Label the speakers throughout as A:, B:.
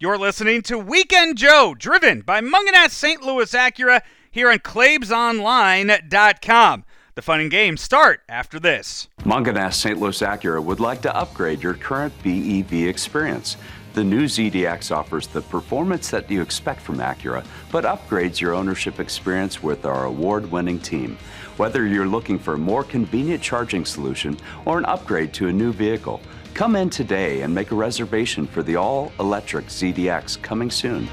A: You're listening to Weekend Joe, driven by Munganat St. Louis Acura here on ClaibsOnline.com. The fun and games start after this.
B: Munganast St. Louis Acura would like to upgrade your current BEV experience. The new ZDX offers the performance that you expect from Acura, but upgrades your ownership experience with our award winning team. Whether you're looking for a more convenient charging solution or an upgrade to a new vehicle, come in today and make a reservation for the all electric ZDX coming soon.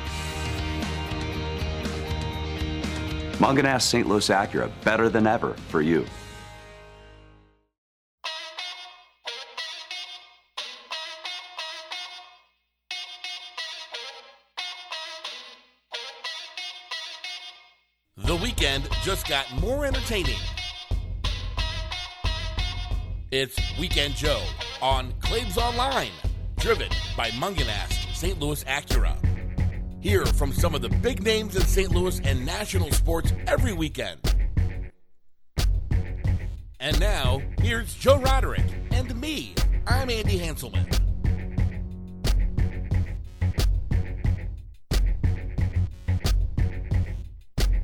B: Munganast St. Louis Acura, better than ever for you.
C: The weekend just got more entertaining. It's Weekend Joe on Claves Online, driven by Munganast St. Louis Acura. Hear from some of the big names in St. Louis and national sports every weekend. And now, here's Joe Roderick and me. I'm Andy Hanselman.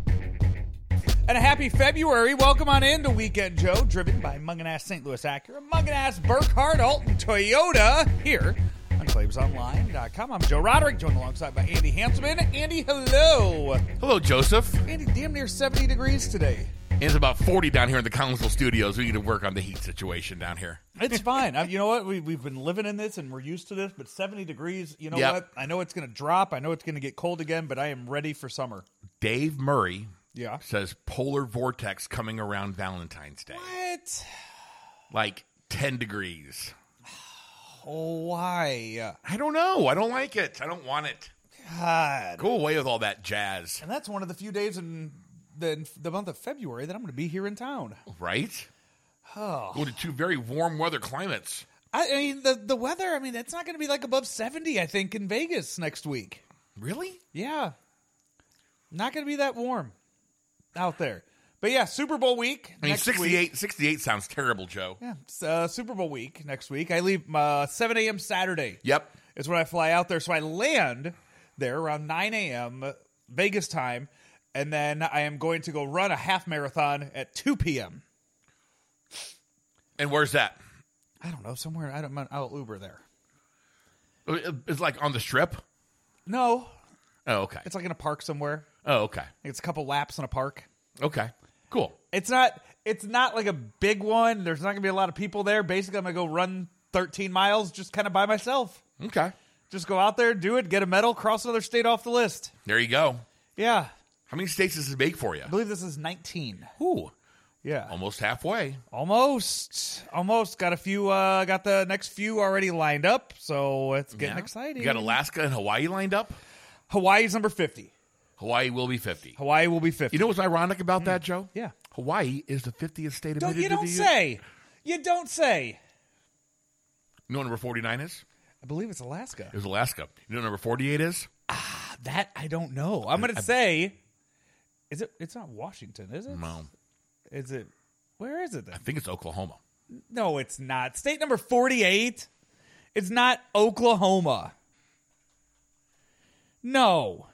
A: And a happy February. Welcome on in to Weekend Joe, driven by Munganass St. Louis Acura, Munganass Burkhardt Alton Toyota here on ClaibsOnline.com. I'm Joe Roderick, joined alongside by Andy Hanselman. Andy, hello.
C: Hello, Joseph.
A: Andy, damn near 70 degrees today.
C: It's about 40 down here in the Collinsville studios. We need to work on the heat situation down here.
A: It's fine. I, you know what? We, we've been living in this and we're used to this, but 70 degrees, you know
C: Yep.
A: what? I know it's going to drop. I know it's going to get cold again, but I am ready for summer.
C: Dave Murray
A: Yeah.
C: says polar vortex coming around Valentine's Day.
A: What?
C: Like 10 degrees.
A: Why?
C: I don't know. I don't like it. I don't want it.
A: God.
C: Go away with all that jazz,
A: And that's one of the few days in the, the month of February that I'm going to be here in town.
C: right?
A: Oh.
C: Go to two very warm weather climates.
A: I, I mean, the, the weather, I mean, it's not going to be like above 70, I think, in Vegas next week.
C: Really?
A: Yeah. Not going to be that warm out there. But yeah, Super Bowl week.
C: I mean,
A: next week.
C: 68, 68 sounds terrible, Joe.
A: Yeah, it's, uh, Super Bowl week next week. I leave uh, 7 a.m. Saturday.
C: Yep.
A: It's when I fly out there. So I land there around 9 a.m. Vegas time. And then I am going to go run a half marathon at 2 p.m.
C: And where's that?
A: I don't know, somewhere. I don't I'll Uber there.
C: Uh, It's like on the strip?
A: No,
C: Oh, okay.
A: it's like in a park somewhere.
C: Oh, okay.
A: It's a couple laps in a park.
C: Okay. Cool.
A: It's not. It's not like a big one. There's not gonna be a lot of people there. Basically, I'm gonna go run 13 miles just kind of by myself.
C: Okay.
A: Just go out there, do it, get a medal, cross another state off the list.
C: There you go.
A: Yeah,
C: How many states does it make for you?
A: I believe this is 19.
C: Ooh,
A: Yeah,
C: almost halfway.
A: almost, almost got a few. uh Got the next few already lined up, so it's getting
C: Yeah.
A: exciting.
C: You got Alaska and Hawaii lined up?
A: Hawaii's number 50.
C: Hawaii will be 50.
A: Hawaii will be 50.
C: You know what's ironic about that, Joe?
A: Mm. Yeah.
C: Hawaii is the 50th state
A: don't,
C: admitted
A: you
C: to
A: don't
C: the
A: say. You don't say.
C: You know what number 49 is?
A: I believe it's Alaska.
C: It was Alaska. You know what number 48 is?
A: That I don't know. I'm gonna say, is it? It's not Washington, is it?
C: No.
A: Is it? Where is it
C: I
A: then?
C: think it's Oklahoma.
A: No, it's not. State number 48. It's not Oklahoma. No.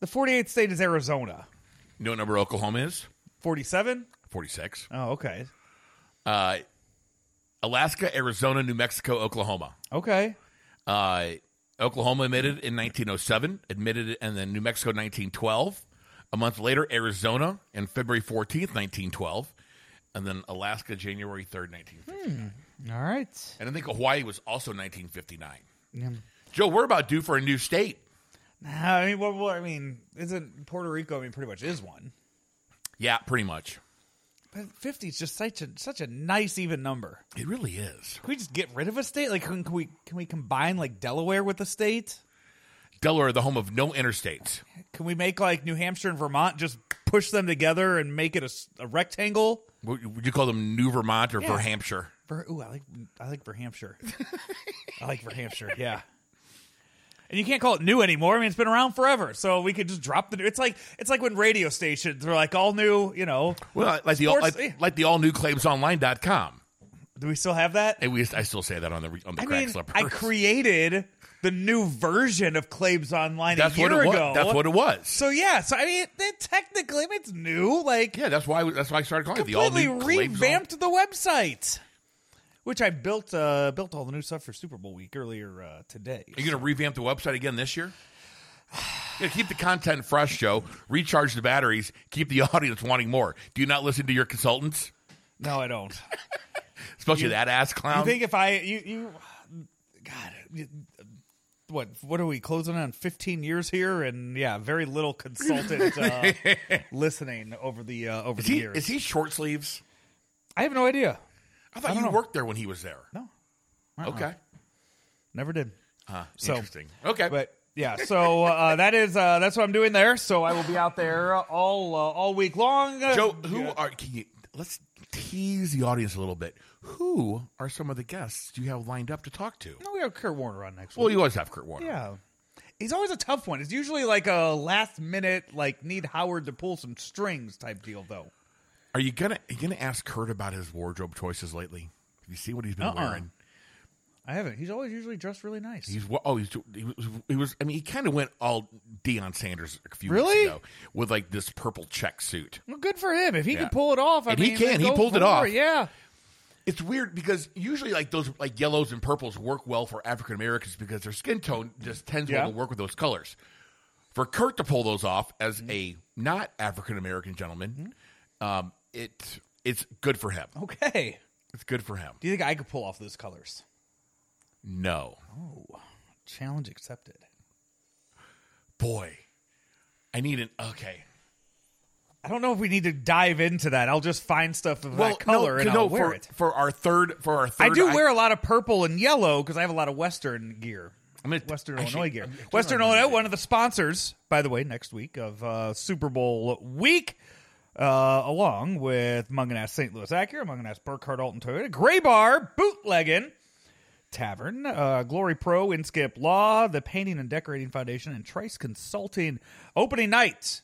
A: The 48th state is Arizona.
C: You know what number Oklahoma is?
A: 47?
C: 46.
A: Oh, okay.
C: Uh, Alaska, Arizona, New Mexico, Oklahoma.
A: Okay.
C: Uh, Oklahoma admitted in 1907, admitted it, and then New Mexico 1912. A month later, Arizona in February 14th, 1912, and then Alaska January 3rd, 1959.
A: All right.
C: And I think Hawaii was also 1959. Joe, we're about due for a new state.
A: I mean, well, well, I mean, isn't Puerto Rico? I mean, pretty much is one.
C: Yeah, pretty much.
A: But 50 is just such a such a nice even number.
C: It really is.
A: Can we just get rid of a state? Like, can, can we can we combine like Delaware with a state?
C: Delaware, the home of no interstates.
A: Can we make like New Hampshire and Vermont just push them together and make it a, s- a rectangle?
C: Would would you call them New Vermont or
A: Yeah.
C: New Hampshire?
A: Ver, ooh, I like I like Verhampshire. I like Verhampshire. Yeah. And you can't call it new anymore. I mean, it's been around forever, so we could just drop the. It's like it's like when radio stations are like all new. You know,
C: Well, like the
A: Sports-
C: like, like the all new claimsonline.com.
A: Do we still have that?
C: And we, I still say that on the on the
A: I
C: crack
A: mean,
C: slipper.
A: I created the new version of Claims Online
C: that's
A: a
C: what
A: year
C: it
A: ago.
C: was. That's what it was.
A: So yeah, so I mean, it, it technically, it's new. Like
C: Yeah, that's why that's why I started calling it the all
A: completely
C: new
A: revamped the website, which I built uh, built all the new stuff for Super Bowl week earlier uh, today.
C: Are you going to revamp the website again this year? Yeah, keep the content fresh, Joe. Recharge the batteries. Keep the audience wanting more. Do you not listen to your consultants,
A: No, I don't.
C: especially that ass clown?
A: You think if I you you God you- what what are we closing on fifteen years here and yeah very little consultant uh, listening over the uh, over
C: is
A: the
C: he
A: years.
C: is he short sleeves?
A: I have no idea.
C: I Uh-uh. thought you worked there when he was there.
A: No,
C: Okay,
A: never did.
C: huh,
A: So-
C: interesting. Okay,
A: But yeah, so uh, that is uh, that's what I'm doing there. So I will be out there all uh, all week long.
C: Joe, who are can you let's tease the audience a little bit? Who are some of the guests you have lined up to talk to?
A: No, we have Kurt Warner on next week.
C: Well, you always have Kurt Warner.
A: Yeah. He's always a tough one. It's usually like a last minute, like need Howard to pull some strings type deal, though.
C: Are you gonna are you gonna ask Kurt about his wardrobe choices lately? Have you seen what he's been
A: Uh-uh.
C: wearing?
A: I haven't. He's always usually dressed really nice.
C: He's wa- oh he's he was, he was I mean he kind of went all Deion Sanders a few
A: Really?
C: weeks ago with like this purple check suit.
A: well, good for him if he
C: Yeah.
A: can pull it off. I
C: And he
A: mean,
C: can.
A: then
C: He
A: go
C: pulled it
A: for
C: off.
A: Yeah.
C: It's weird because usually like those like yellows and purples work well for African Americans because their skin tone just tends
A: Yeah.
C: well to work with those colors. For Kurt to pull those off as
A: Mm-hmm.
C: a not African American gentleman, um, it it's good for him.
A: Okay.
C: It's good for him.
A: Do you think I could pull off those colors?
C: No,
A: Challenge accepted.
C: boy, I need an okay.
A: I don't know if we need to dive into that. I'll just find stuff of that color and I'll
C: no,
A: wear
C: for,
A: it.
C: for our third for our third.
A: I do wear a lot of purple and yellow because I have a lot of Western gear.
C: I'm gonna-
A: Western
C: I should-
A: Illinois gear.
C: I'm gonna turn
A: Western
C: on the
A: Illinois,
C: music.
A: one of the sponsors, by the way, next week of uh, Super Bowl week, uh, along with Munganass St. Louis Acura, Munganass Burkhardt Alton Toyota, Gray Bar, Bootlegging Tavern, uh, Glory Pro, Inskip Law, the Painting and Decorating Foundation, and Trice Consulting. Opening night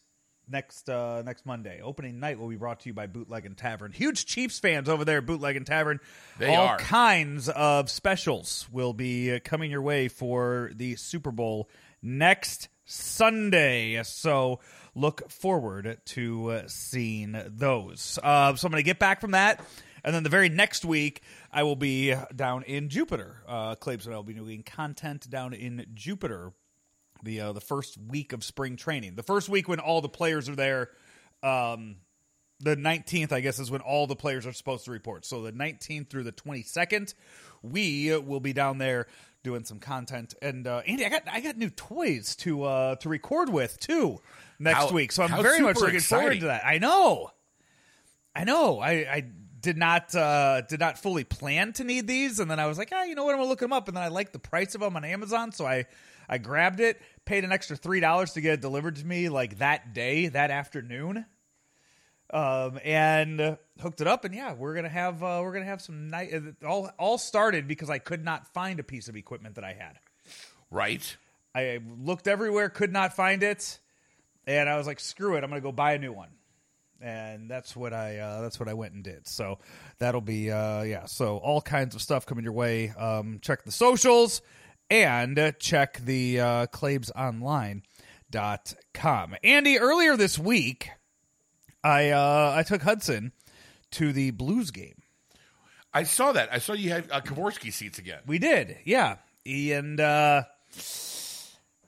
A: next uh, next Monday. Opening night will be brought to you by Bootleg and Tavern. Huge Chiefs fans over there at Bootleg and Tavern.
C: They
A: All
C: are.
A: kinds of specials will be uh, coming your way for the Super Bowl next Sunday. So look forward to uh, seeing those. Uh, so I'm going to get back from that. And then the very next week, I will be down in Jupiter. Uh, Claves and I will be doing content down in Jupiter the uh, the first week of spring training. The first week when all the players are there. Um, the 19th, I guess, is when all the players are supposed to report. So the 19th through the 22nd, we will be down there doing some content. And uh, Andy, I got I got new toys to uh, to record with too next
C: How-
A: week. So I'm
C: how
A: very much
C: super
A: looking forward
C: exciting.
A: to that. I know, I know. I, I did not uh, did not fully plan to need these, and then I was like, ah, you know what? I'm gonna look them up, and then I liked the price of them on Amazon, so I I grabbed it, paid an extra three dollars to get it delivered to me like that day, that afternoon um, and uh, hooked it up. And yeah, we're gonna have uh, we're gonna have some night. All all started because I could not find a piece of equipment that I had.
C: right.
A: I looked everywhere, could not find it, and I was like, "Screw it, I'm gonna go buy a new one." And that's what I uh, that's what I went and did. So that'll be uh, yeah. So all kinds of stuff coming your way. Um, check the socials and uh, check the uh, ClaibsOnline.com. Andy, earlier this week, I uh, I took Hudson to the Blues game.
C: I saw that. I saw you had uh, Kavorsky seats again.
A: We did, yeah. And uh,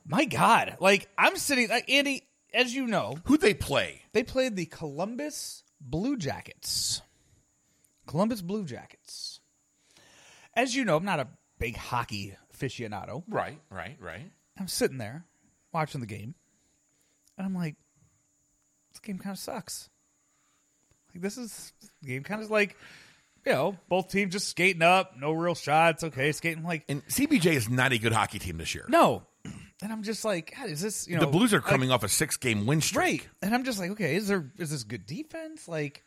A: my God, like I'm sitting, like, Andy, as you know,
C: Who they play?
A: they played the Columbus Blue Jackets. Columbus Blue Jackets. As you know, I'm not a big hockey aficionado.
C: Right, right, right.
A: I'm sitting there watching the game, and I'm like, this game kind of sucks. Like this is the game kind of like, you know, both teams just skating up, no real shots. Okay, skating like
C: And CBJ is not a good hockey team this year.
A: No. And I'm just like, God, is this you know
C: the Blues are
A: like,
C: coming off a six-game win streak.
A: right? And I'm just like, okay, is there is this good defense? Like,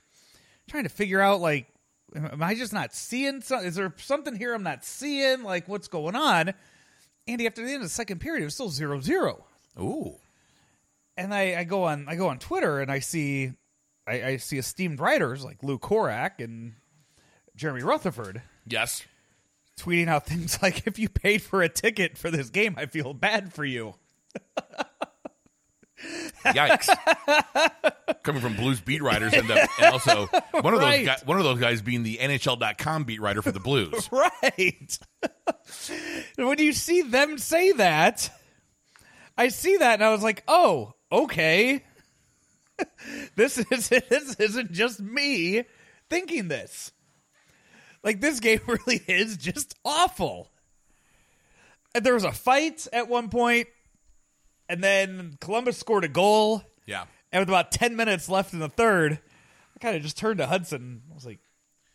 A: trying to figure out like, am- am I just not seeing? Some, is there something here I'm not seeing? Like, what's going on? Andy, after the end of the second period, it was still zero zero.
C: Ooh,
A: And I, I go on I go on Twitter and I see I, I see esteemed writers like Lou Korak and Jeremy Rutherford
C: Yes.
A: tweeting out things like, if you paid for a ticket for this game, I feel bad for you.
C: Yikes. Coming from Blues beat writers and, the, and also one of
A: Right.
C: those guys, one of those guys being the NHL.com beat writer for the Blues.
A: Right. when you see them say that, I see that and I was like, oh, okay. this is this isn't just me thinking this. Like this game really is just awful. And there was a fight at one point, and then Columbus scored a goal.
C: Yeah.
A: And with about 10 minutes left in the third, I kind of just turned to Hudson. I was like,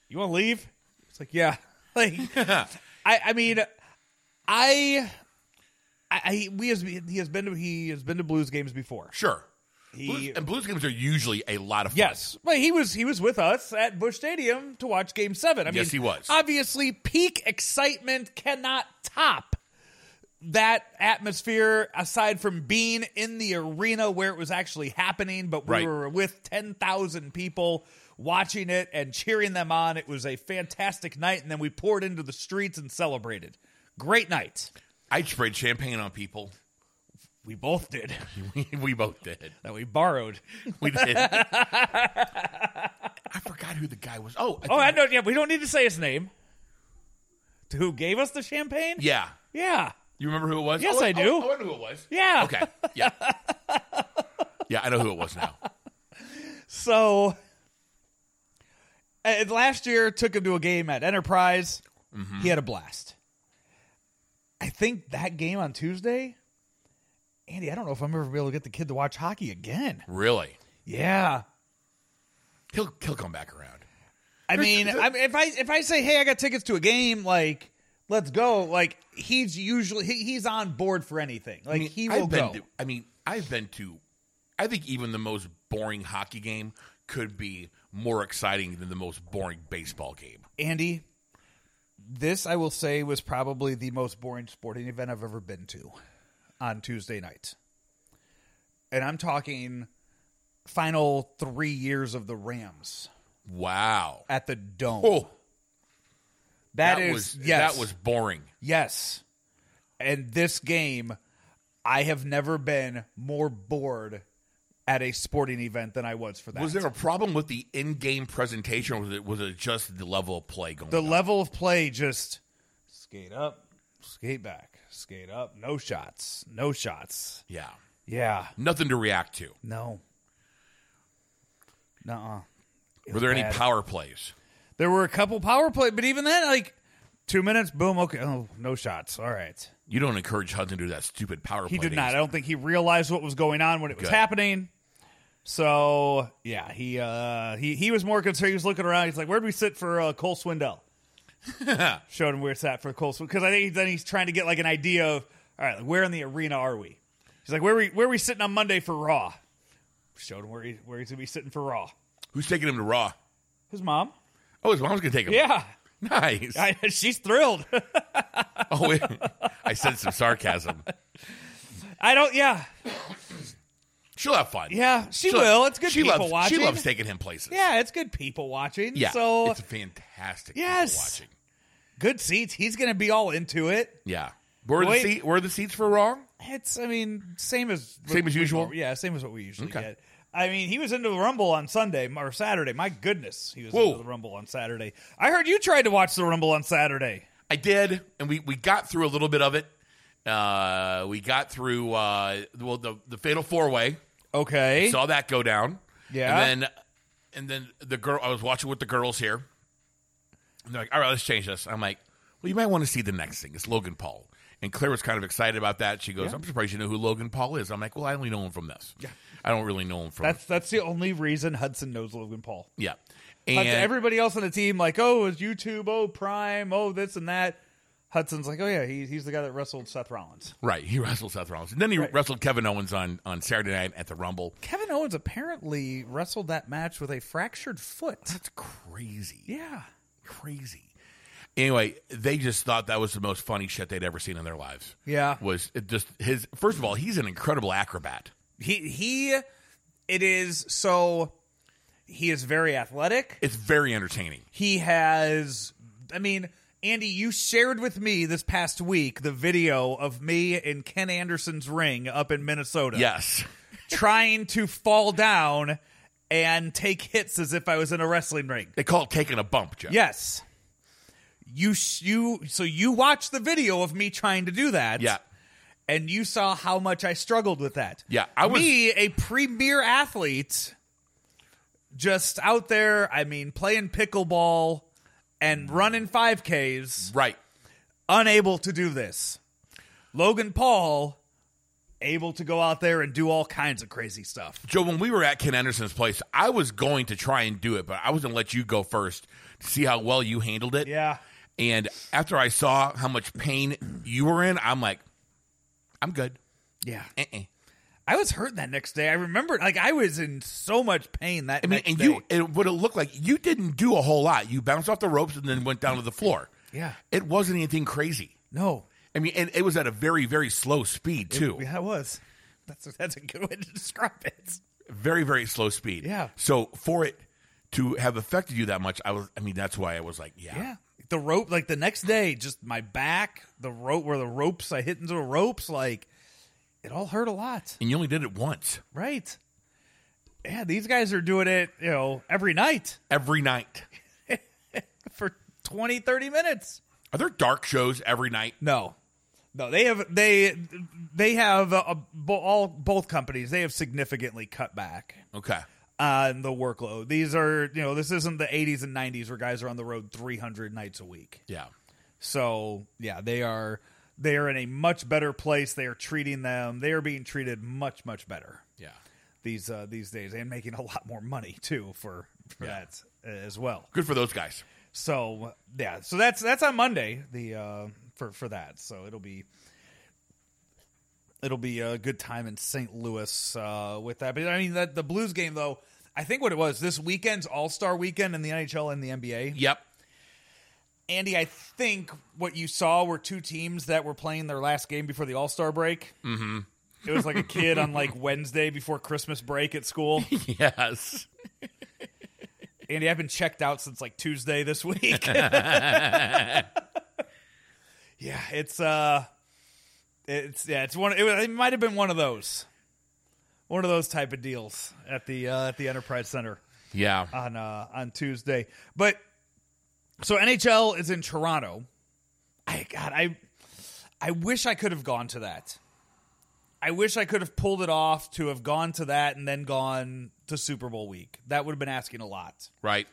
A: You want to leave? It's like, Yeah. Like, I, I mean, I. I, I we has he has been to he has been to Blues games before.
C: Sure.
A: He
C: Blues, and Blues games are usually a lot of fun.
A: yes, well he was he was with us at Bush Stadium to watch Game Seven. I mean,
C: Yes, he was.
A: Obviously, peak excitement cannot top that atmosphere. Aside from being in the arena where it was actually happening, but we
C: Right.
A: were with ten thousand people watching it and cheering them on. It was a fantastic night, and then we poured into the streets and celebrated. Great night.
C: I sprayed champagne on people.
A: We both did.
C: we both did.
A: That we borrowed.
C: We did. I forgot who the guy was. Oh, I
A: Oh, I
C: think-
A: know. Yeah, we don't need to say his name. To who gave us the champagne?
C: yeah.
A: Yeah.
C: You remember who it was?
A: Yes,
C: Oh,
A: I do.
C: Oh, I knew who it was.
A: Yeah.
C: Okay. Yeah. yeah, I know who it was now.
A: So and last year took him to a game at Enterprise.
C: Mm-hmm.
A: He had a blast. I think that game on Tuesday, Andy, I don't know if I'm ever gonna be able to get the kid to watch hockey again.
C: Really?
A: Yeah.
C: He'll he'll come back around.
A: I mean, I mean, if I if I say, "Hey, I got tickets to a game," like, let's go. Like, he's usually he, he's on board for anything. Like, he will
C: I've been
A: go.
C: To, I mean, I've been to. I think even the most boring hockey game could be more exciting than the most boring baseball game.
A: Andy, this I will say was probably the most boring sporting event I've ever been to on Tuesday night. And I'm talking final three years of the Rams
C: Wow.
A: at the Dome.
C: Oh,
A: that
C: that
A: is
C: was
A: yes,
C: that was boring.
A: yes. And this game, I have never been more bored at a sporting event than I was for that.
C: Was there a problem with the in-game presentation, or was it was it just the level of play going?
A: the
C: on?
A: level of play just skate up, skate back, skate up, no shots, no shots.
C: yeah,
A: Yeah.
C: nothing to react to.
A: No. Nuh-uh.
C: Were there
A: bad.
C: any power plays?
A: There were a couple power play, but even then, like two minutes, boom, okay, oh, no shots. All right.
C: You don't encourage Hudson to do that stupid power
A: He
C: play.
A: did
C: that
A: not. I don't think he realized what was going on when it was
C: Good.
A: happening. So yeah, he uh he he was more concerned. He was looking around. He's like, "Where'd we sit for uh, Cole Swindell?" Showed him where it's at for Cole Swindell because I think then he's trying to get like an idea of all right, where in the arena are we? He's like, "Where we where we sitting on Monday for Raw?" Showed him where he where he's gonna be sitting for Raw.
C: Who's taking him to Raw?
A: His mom.
C: Oh, his mom's gonna take him.
A: Yeah.
C: nice.
A: I, she's thrilled.
C: oh, wait. I said some sarcasm.
A: I don't. Yeah,
C: She'll have fun.
A: yeah. She
C: She'll-
A: will. It's good
C: she
A: people
C: loves,
A: watching.
C: She loves taking him places.
A: Yeah, it's good people watching.
C: Yeah.
A: So
C: it's fantastic. people
A: Yes.
C: watching.
A: good seats. He's gonna be all into it.
C: Yeah. Were the
A: Wait.
C: seat, were the seats for Raw?
A: It's. I mean, same as
C: Same as usual?
A: Yeah, same as what we usually
C: Okay.
A: get. I mean, he was into the Rumble on Sunday or Saturday. My goodness, he was
C: Whoa.
A: into the Rumble on Saturday. I heard you tried to watch the Rumble on Saturday.
C: I did, and we we got through a little bit of it. Uh, we got through uh, well the the fatal four way.
A: Okay.
C: Saw that go down.
A: Yeah.
C: And then and then the girl I was watching with the girls here. And they're like, all right, let's change this. I'm like, well, you might want to see the next thing. It's Logan Paul. And Claire was kind of excited about that. She goes, I'm surprised you know who Logan Paul is. I'm like, well, I only know him from this. Yeah. I don't really know him from
A: that's that's the only reason Hudson knows Logan Paul.
C: Yeah.
A: Hudson-
C: And
A: everybody else on the team, like, oh, it's YouTube, oh, Prime, oh, this and that. Hudson's like, oh yeah, he, he's the guy that wrestled Seth Rollins.
C: right, he wrestled Seth Rollins. And then he
A: Right.
C: wrestled Kevin Owens on, on Saturday night at the Rumble.
A: Kevin Owens apparently wrestled that match with a fractured foot.
C: That's crazy.
A: Yeah.
C: Crazy. Anyway, they just thought that was the most funny shit they'd ever seen in their lives.
A: Yeah.
C: Was it just his first of all, he's an incredible acrobat.
A: He he it is so he is very athletic.
C: It's very entertaining.
A: He has I mean, Andy, you shared with me this past week the video of me and Ken Anderson's ring up in Minnesota.
C: Yes.
A: Trying to fall down and take hits as if I was in a wrestling ring.
C: They call it taking a bump, Jeff.
A: Yes. You s- you so you watched the video of me trying to do that.
C: Yeah.
A: And you saw how much I struggled with that.
C: Yeah, I was-
A: me a premier athlete just out there, I mean, playing pickleball and running 5Ks,
C: Right.
A: unable to do this. Logan Paul able to go out there and do all kinds of crazy stuff.
C: Joe, when we were at Ken Anderson's place, I was going to try and do it, but I was going to let you go first to see how well you handled it.
A: Yeah.
C: And after I saw how much pain you were in, I'm like, I'm good.
A: Yeah.
C: Uh-uh.
A: I was hurting that next day. I remember like I was in so much pain that
C: I mean,
A: next
C: and
A: day.
C: you, it would have looked like you didn't do a whole lot. You bounced off the ropes and then went down to the floor.
A: Yeah.
C: It wasn't anything crazy.
A: No.
C: I mean, and it was at a very, very slow speed, too.
A: Yeah, it was. That's that's a good way to describe it.
C: Very, very slow speed.
A: Yeah.
C: So for it to have affected you that much, I was, I mean, that's why I was like, yeah.
A: Yeah. The rope like the next day, just my back, the rope where the ropes I hit into the ropes, like it all hurt a lot.
C: And you only did it once
A: Right. Yeah, these guys are doing it, you know, every night
C: every night.
A: for 20, 30 minutes.
C: Are there dark shows every night?
A: No. No, they have they they have uh bo- all both companies. They have significantly cut back
C: Okay.
A: on the workload. These are you know this isn't the 80s and 90s where guys are on the road 300 nights a week.
C: Yeah.
A: So yeah, they are they are in a much better place. They are treating them. They are being treated much much better
C: Yeah.
A: these uh, these days, and making a lot more money too for for that as well.
C: Good for those guys.
A: So yeah, so that's that's on Monday the uh, for for that. So it'll be it'll be a good time in St. Louis uh, with that. But I mean that the Blues game though. I think what it was this weekend's All Star Weekend in the NHL and the NBA.
C: Yep.
A: Andy, I think what you saw were two teams that were playing their last game before the All Star break. Mm-hmm. It was like a kid on like Wednesday before Christmas break at school.
C: Yes.
A: Andy, I've been checked out since like Tuesday this week. yeah, it's uh, it's yeah, it's one. It, was- it might have been one of those, one of those type of deals at the uh, at the Enterprise Center.
C: Yeah.
A: on uh, on Tuesday. But so NHL is in Toronto. I God, I I wish I could have gone to that. I wish I could have pulled it off to have gone to that and then gone to Super Bowl week. That would have been asking a lot.
C: right.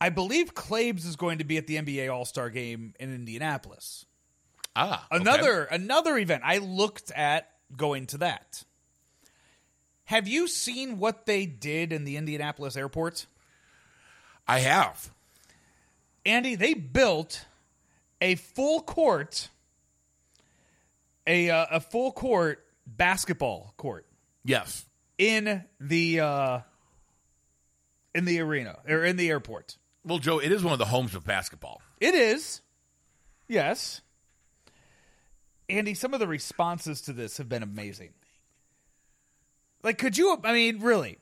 A: I believe Klebes is going to be at the NBA All Star Game in Indianapolis.
C: Ah. okay.
A: Another another event. I looked at going to that. Have you seen what they did in the Indianapolis airport?
C: I have.
A: Andy, they built a full court, a uh, a full court basketball court
C: Yes.
A: in the uh, in the arena or in the airport.
C: Well, Joe, it is one of the homes of basketball.
A: It is, yes. Andy, some of the responses to this have been amazing. Like, could you? I mean, really?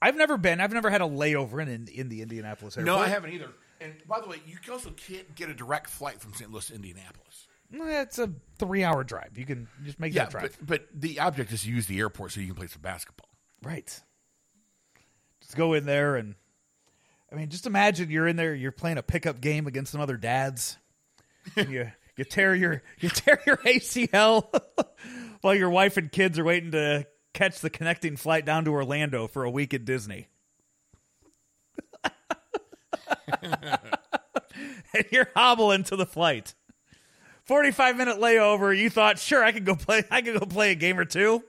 A: I've never been. I've never had a layover in in, in the Indianapolis airport.
C: No, I haven't either. And by the way, you also can't get a direct flight from St. Louis to Indianapolis.
A: It's a three hour drive. You can just make
C: Yeah,
A: that drive.
C: but, but the object is to use the airport so you can play some basketball.
A: Right. Just go in there and I mean, just imagine you're in there, you're playing a pickup game against some other dads. And you you tear your you tear your ACL while your wife and kids are waiting to catch the connecting flight down to Orlando for a week at Disney. and you're hobbling to the flight. 45 minute layover, you thought, sure, I could go play I could go play a game or two.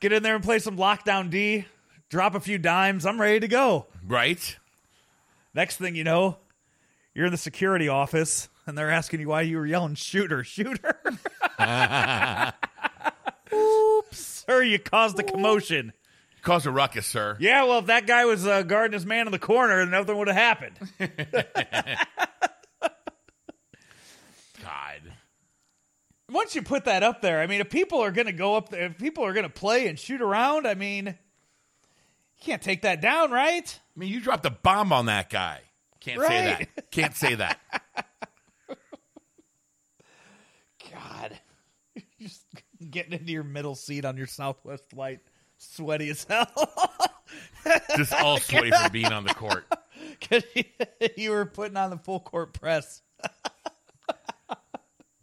A: get in there and play some lockdown D, drop a few dimes. I'm ready to go.
C: Right?
A: Next thing you know, you're in the security office and they're asking you why you were yelling shooter, shooter. Oops, sir, you caused a commotion.
C: Cause a ruckus, sir.
A: Yeah, well, if that guy was uh, guarding his man in the corner, then nothing would have happened.
C: God.
A: Once you put that up there, I mean, if people are going to go up there, if people are going to play and shoot around, I mean, can't take that down, right?
C: I mean, you dropped a bomb on that guy. Can't say
A: Right.
C: that. Can't say that.
A: God, You're just getting into your middle seat on your Southwest Light, sweaty as hell,
C: Just all sweaty from being on the court.
A: because you were putting on the full court press.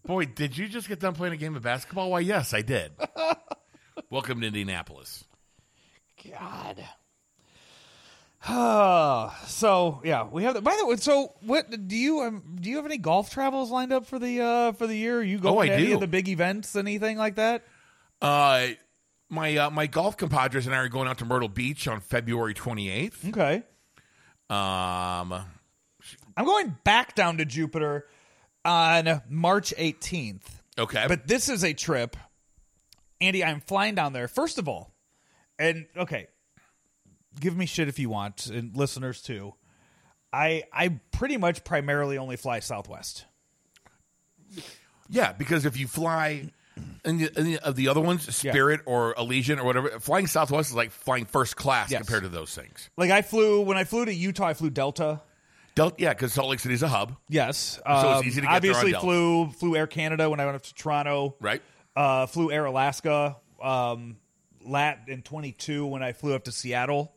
C: Boy, did you just get done playing a game of basketball? Why, yes, I did. Welcome to Indianapolis.
A: God. Oh, so yeah, we have. The, by the way, so what do you um, do? You have any golf travels lined up for the uh for the year? Are you going
C: Oh, I
A: to any
C: do.
A: of the big events, anything like that?
C: Uh, my uh, my golf compadres and I are going out to Myrtle Beach on February 28th.
A: Okay,
C: Um,
A: I'm going back down to Jupiter on March 18th.
C: okay.
A: But this is a trip, Andy. I'm flying down there. First of all, and okay, give me shit if you want, and listeners too. I I pretty much primarily only fly Southwest.
C: yeah, because if you fly any, any of the other ones, Spirit or Allegiant or whatever, flying Southwest is like flying first class
A: Yes.
C: compared to those things.
A: Like I flew when I flew to Utah, I flew Delta.
C: Del- yeah, because Salt Lake City's a hub,
A: Yes,
C: it's
A: Um,
C: easy to get there on
A: obviously
C: Delta.
A: flew flew Air Canada when I went up to Toronto.
C: right?
A: Uh, flew Air Alaska. Um, lat in 22 when I flew up to Seattle.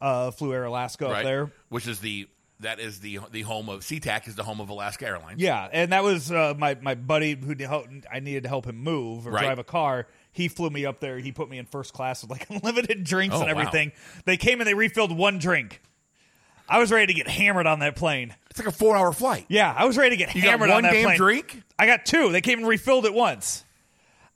A: Uh, flew Air Alaska up
C: right.
A: there.
C: Which is the that is the the home of SeaTac is the home of Alaska Airlines.
A: Yeah, and that was uh, my my buddy who de- help- I needed to help him move or
C: Right.
A: drive a car. He flew me up there. He put me in first class with like unlimited drinks
C: Oh,
A: and
C: wow.
A: everything. They came and they refilled one drink. I was ready to get hammered on that plane.
C: It's like a four hour flight.
A: Yeah, I was ready to get
C: You got
A: hammered on
C: one
A: that
C: damn
A: plane.
C: drink?
A: I got two. They came and refilled it once.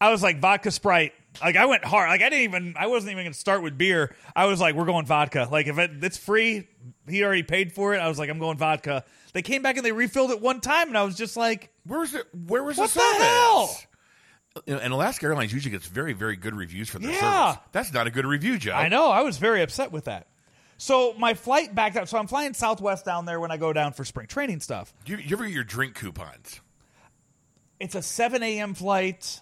A: I was like vodka Sprite. Like I went hard. Like I didn't even. I wasn't even going to start with beer. I was like, we're going vodka. Like if it, it's free, he already paid for it. I was like, I'm going vodka. They came back and they refilled it one time, and I was just like,
C: Where was it? Where was
A: What
C: the
A: the
C: service?
A: hell?
C: You know, And Alaska Airlines usually gets very, very good reviews for their
A: Yeah.
C: service. That's not a good review, Joe.
A: I know. I was very upset with that. So my flight backed up. So I'm flying Southwest down there when I go down for spring training stuff.
C: Do you, you ever get your drink coupons?
A: It's a 7 a.m. flight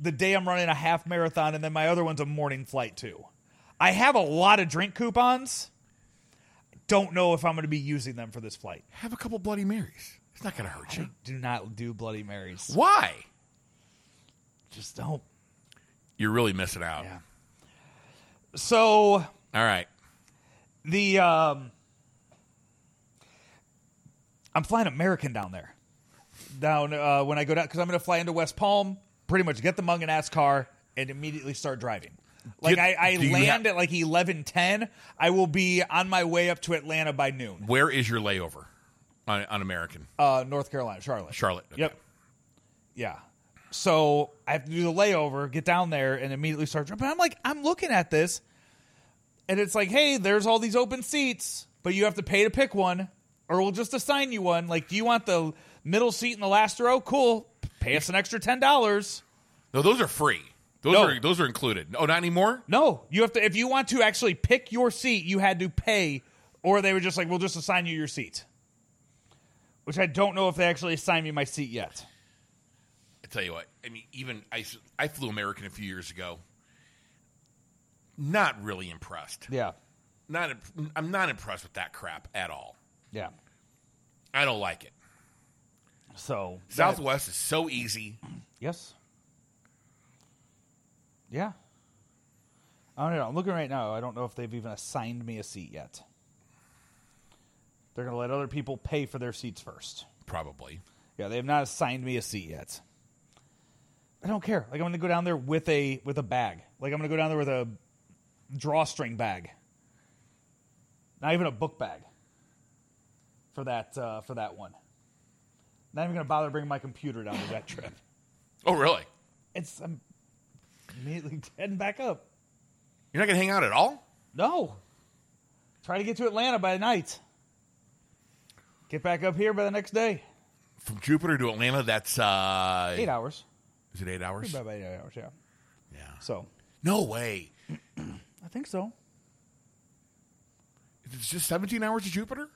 A: the day I'm running a half marathon, and then my other one's a morning flight too. I have a lot of drink coupons. Don't know if I'm going to be using them for this flight.
C: Have a couple Bloody Marys. It's not going to hurt you.
A: Do not do Bloody Marys.
C: Why?
A: Just don't.
C: You're really missing out.
A: Yeah. So
C: All right.
A: the um I'm flying American down there. Down uh, when I go down because I'm going to fly into West Palm, pretty much get the mung and ass car and immediately start driving. Like
C: Do-
A: I, I
C: do you
A: land
C: ha-
A: at like eleven ten. I will be on my way up to Atlanta by noon.
C: Where is your layover on, on American?
A: Uh, North Carolina, Charlotte.
C: Charlotte. Okay.
A: Yep. Yeah. So I have to do the layover, get down there, and immediately start jumping. I'm like, I'm looking at this, and it's like, hey, there's all these open seats, but you have to pay to pick one, or we'll just assign you one. Like, do you want the middle seat in the last row? Cool. Pay us an extra ten dollars.
C: No, those are free. Those
A: No.
C: are those are included. Oh, not anymore.
A: No, you have to if you want to actually pick your seat, you had to pay, or they were just like, we'll just assign you your seat. Which I don't know if they actually assigned me my seat yet.
C: I tell you what. I mean, even I, s- I flew American a few years ago. Not really impressed.
A: Yeah.
C: Not imp- I'm not impressed with that crap at all.
A: Yeah.
C: I don't like it.
A: So
C: Southwest is so easy.
A: Yes. Yeah. I don't know. I'm looking right now. I don't know if they've even assigned me a seat yet. They're going to let other people pay for their seats first.
C: Probably.
A: Yeah, they have not assigned me a seat yet. I don't care. Like I'm going to go down there with a with a bag. Like I'm going to go down there with a drawstring bag. Not even a book bag. For that uh, for that one. Not even going to bother bringing my computer down to that trip.
C: Oh, really?
A: It's I'm immediately heading back up.
C: You're not gonna hang out at all?
A: No. Try to get to Atlanta by night. Get back up here by the next day.
C: From Jupiter to Atlanta, that's uh,
A: Eight hours.
C: Is it eight hours?
A: About eight hours, yeah.
C: Yeah.
A: So
C: No way.
A: I think so.
C: It's just 17 hours to Jupiter.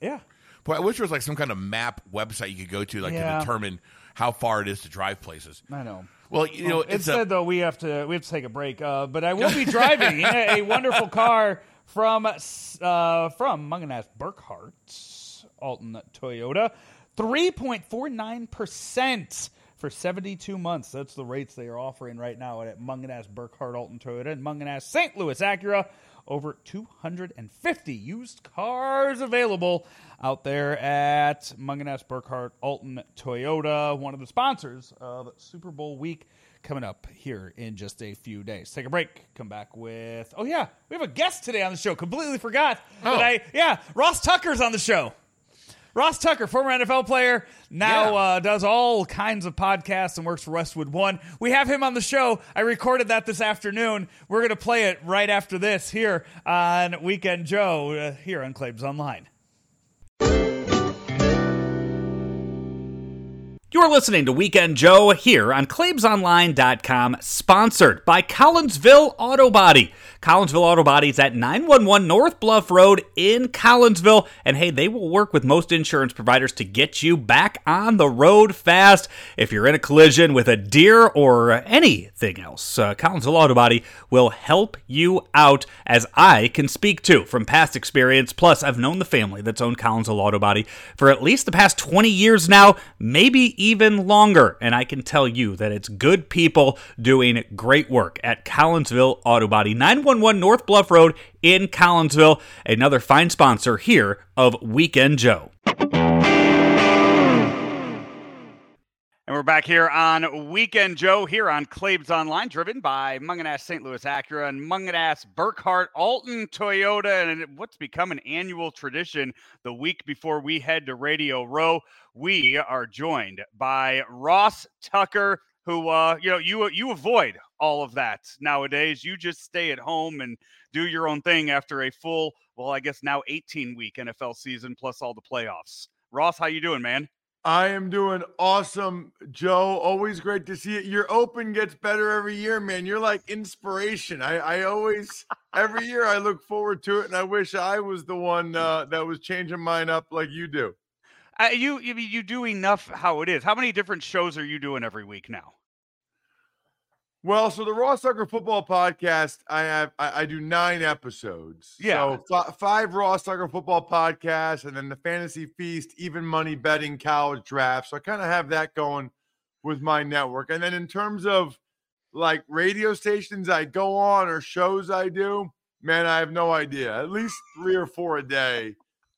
A: Yeah.
C: Boy, I wish there was like some kind of map website you could go to, like
A: Yeah.
C: to determine how far it is to drive places.
A: I know.
C: Well,
A: Oh,
C: you know, it's
A: Instead,
C: a,
A: though, we have to we have to take a break. Uh, but I will be driving in a wonderful car from uh, from Munganess Burkhart's Alton Toyota, three point four nine percent for seventy two months. That's the rates they are offering right now at Munganess Burkhart Alton Toyota and Munganess St. Louis Acura. Over 250 used cars available out there at Munganess Burkhart Alton Toyota, one of the sponsors of Super Bowl week coming up here in just a few days. Take a break. Come back with. Oh yeah, we have a guest today on the show. Completely forgot. But
C: Oh.
A: I yeah, Ross Tucker's on the show. Ross Tucker, former NFL player, now
C: Yeah.
A: uh, does all kinds of podcasts and works for Westwood One. We have him on the show. I recorded that this afternoon. We're going to play it right after this here on Weekend Joe uh, here on Claims Online.
D: You're listening to Weekend Joe here on ClaimsOnline.com, sponsored by Collinsville Auto Body. Collinsville Auto Body is at 911 North Bluff Road in Collinsville, and hey, they will work with most insurance providers to get you back on the road fast. If you're in a collision with a deer or anything else, uh, Collinsville Auto Body will help you out, as I can speak to from past experience. Plus, I've known the family that's owned Collinsville Auto Body for at least the past 20 years now, maybe even longer. And I can tell you that it's good people doing great work at Collinsville Auto Body, 911 North Bluff Road in Collinsville, another fine sponsor here of Weekend Joe.
A: And we're back here on Weekend Joe here on Claves Online, driven by Munganass St. Louis Acura and Munganass Burkhart Alton Toyota. And what's become an annual tradition the week before we head to Radio Row, we are joined by Ross Tucker, who, uh, you know, you, you avoid all of that nowadays. You just stay at home and do your own thing after a full, well, I guess now 18 week NFL season plus all the playoffs. Ross, how you doing, man?
E: I am doing awesome, Joe. Always great to see it. Your open gets better every year, man. You're like inspiration. I, I always, every year, I look forward to it, and I wish I was the one uh, that was changing mine up like you do.
A: Uh, you you you do enough how it is. How many different shows are you doing every week now?
E: Well, so the Raw Sucker Football Podcast, I have, I, I do nine episodes.
A: Yeah.
E: So fi- five Raw Sucker Football Podcasts, and then the Fantasy Feast, Even Money Betting, College Draft. So I kind of have that going with my network. And then in terms of like radio stations I go on or shows I do, man, I have no idea. At least three or four a day.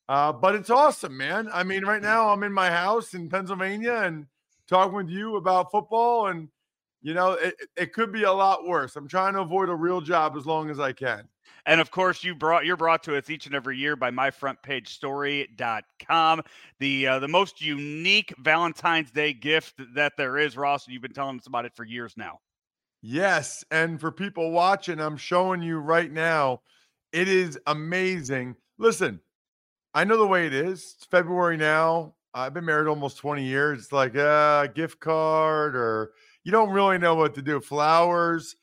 E: Uh, but it's awesome, man. I mean, right now I'm in my house in Pennsylvania and talking with you about football, and you know, it, it- it could be a lot worse. I'm trying to avoid a real job as long as I can.
A: And of course, you brought you're brought to us each and every year by myfrontpagestory.com. The uh, the most unique Valentine's Day gift that there is, Ross, and you've been telling us about it for years now.
E: Yes, and for people watching, I'm showing you right now. It is amazing. Listen, I know the way it is. It's February now. I've been married almost 20 years. It's like a gift card, or you don't really know what to do. Flowers.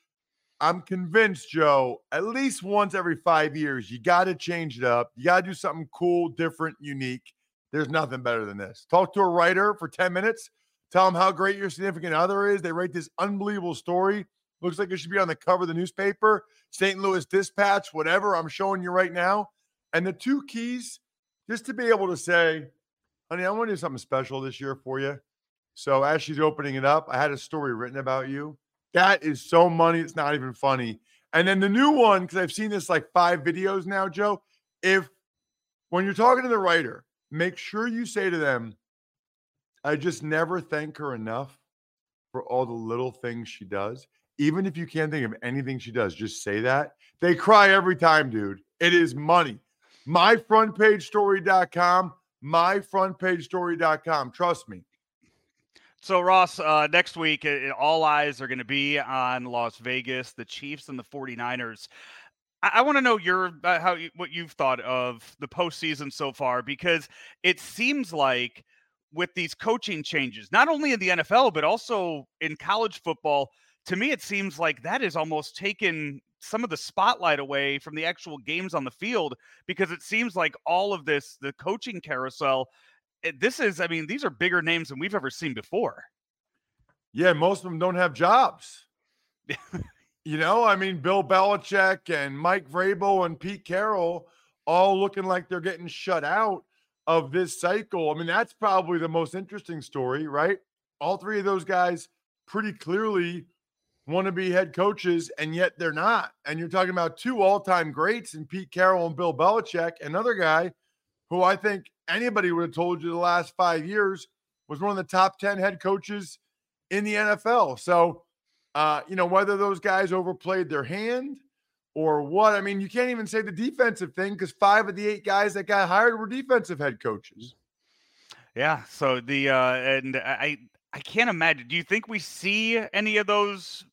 E: I'm convinced, Joe, at least once every five years, you got to change it up. You got to do something cool, different, unique. There's nothing better than this. Talk to a writer for 10 minutes, tell them how great your significant other is. They write this unbelievable story. Looks like it should be on the cover of the newspaper, St. Louis Dispatch, whatever I'm showing you right now. And the two keys, just to be able to say, honey, I want to do something special this year for you. So as she's opening it up, I had a story written about you. That is so money. It's not even funny. And then the new one, because I've seen this like five videos now, Joe. If when you're talking to the writer, make sure you say to them, I just never thank her enough for all the little things she does. Even if you can't think of anything she does, just say that. They cry every time, dude. It is money. Myfrontpagestory.com, myfrontpagestory.com. Trust me.
A: So, Ross, uh, next week, uh, all eyes are going to be on Las Vegas, the Chiefs, and the 49ers. I, I want to know your uh, how you, what you've thought of the postseason so far because it seems like with these coaching changes, not only in the NFL but also in college football, to me it seems like that is almost taken some of the spotlight away from the actual games on the field because it seems like all of this the coaching carousel it- this is i mean these are bigger names than we've ever seen before
E: Yeah, most of them don't have jobs. You know, I mean, Bill Belichick and Mike Vrabel and Pete Carroll all looking like they're getting shut out of this cycle. I mean, that's probably the most interesting story, right? All three of those guys pretty clearly want to be head coaches, and yet they're not. And you're talking about two all time greats and Pete Carroll and Bill Belichick, another guy who I think anybody would have told you the last five years was one of the top 10 head coaches in the NFL. So, uh, you know, whether those guys overplayed their hand or what, I mean, you can't even say the defensive thing because five of the eight guys that got hired were defensive head coaches.
A: Yeah. So the uh, and I I can't imagine. Do you think we see any of those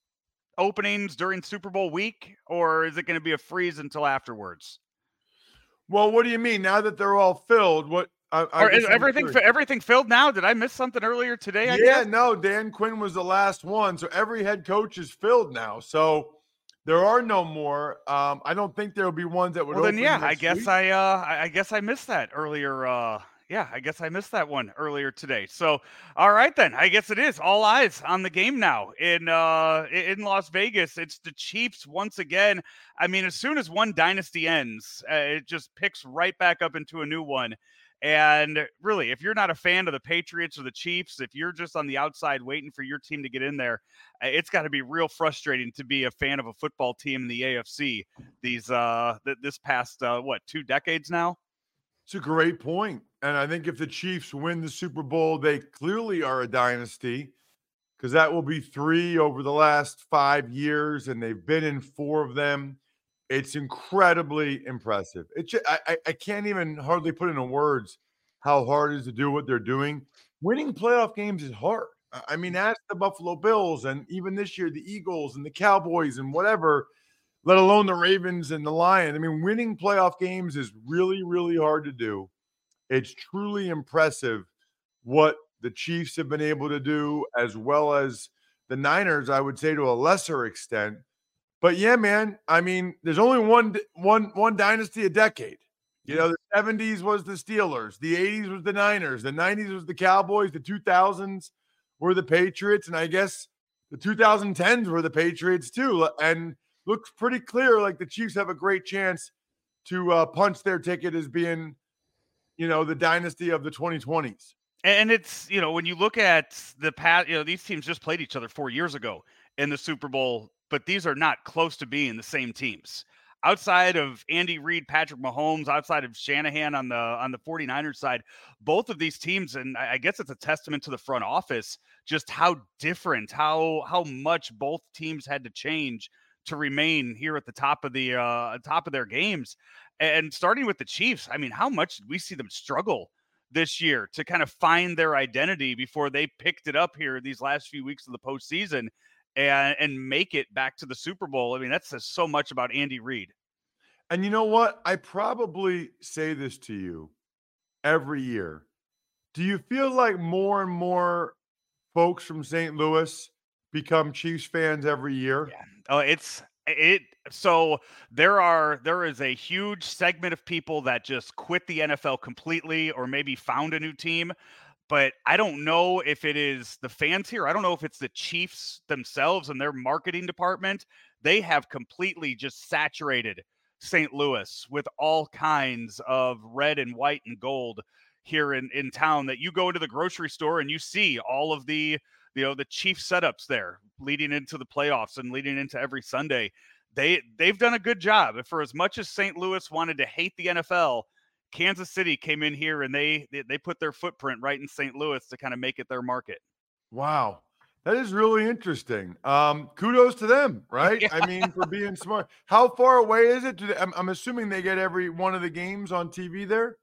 A: openings during Super Bowl week, or is it going to be a freeze until afterwards?
E: Well, what do you mean? Now that they're all filled, what? I, I
A: Or
E: guess
A: is
E: I'm
A: everything
E: curious.
A: fi- everything filled now? Did I miss something earlier today? I
E: yeah,
A: guess?
E: no, Dan Quinn was the last one. So every head coach is filled now. So there are no more. Um, I don't think there'll be ones that would
A: Well, then
E: open
A: yeah, I
E: next
A: guess
E: week.
A: I uh I, I guess I missed that earlier. Uh, yeah, I guess I missed that one earlier today. So all right then, I guess it is all eyes on the game now in uh i- in Las Vegas. It's the Chiefs once again. I mean, as soon as one dynasty ends, uh, it just picks right back up into a new one. And really, if you're not a fan of the Patriots or the Chiefs, if you're just on the outside waiting for your team to get in there, uh, it's got to be real frustrating to be a fan of a football team in the AFC these uh th- this past uh what two decades now
E: It's a great point. And I think if the Chiefs win the Super Bowl, they clearly are a dynasty because that will be three over the last five years, and they've been in four of them. It's incredibly impressive. It ju- I, I- I can't even hardly put into words how hard it is to do what they're doing. Winning playoff games is hard. I- I mean, ask the Buffalo Bills and even this year, the Eagles and the Cowboys and whatever let alone the Ravens and the Lions. I mean, winning playoff games is really, really hard to do. It's truly impressive what the Chiefs have been able to do, as well as the Niners, I would say to a lesser extent. But yeah, man, I mean, there's only one one one dynasty a decade. You know, the 70s was the Steelers, the 80s was the Niners, the 90s was the Cowboys, the 2000s were the Patriots, and I guess the 2010s were the Patriots too. And looks pretty clear like the Chiefs have a great chance to uh, punch their ticket as being, you know, the dynasty of the 2020s.
A: and it's you know when you look at the past you know these teams just played each other four years ago in the super bowl but these are not close to being the same teams outside of andy reid patrick mahomes outside of shanahan on the on the 49ers side both of these teams and i I guess it's a testament to the front office just how different how how much both teams had to change to remain here at the top of the uh top of their games and starting with the chiefs i mean how much did we see them struggle this year to kind of find their identity before they picked it up here these last few weeks of the postseason and and make it back to the Super Bowl. I mean, that says so much about Andy Reid.
E: And you know what? I probably say this to you every year. Do you feel like more and more folks from St. Louis become Chiefs fans every year?
A: Yeah. Oh, it's it. So there are there is a huge segment of people that just quit the NFL completely, or maybe found a new team. But I don't know if it is the fans here. I don't know if it's the Chiefs themselves and their marketing department. They have completely just saturated St. Louis with all kinds of red and white and gold here in, in town that you go into the grocery store and you see all of the you know the chief setups there leading into the playoffs and leading into every sunday they they've done a good job for as much as st louis wanted to hate the nfl kansas city came in here and they they, they put their footprint right in st louis to kind of make it their market
E: Wow. That is really interesting. Um, kudos to them, right?
A: Yeah.
E: I mean, for being smart. How far away is it? To the, I'm, I'm assuming they get every one of the games on TV there.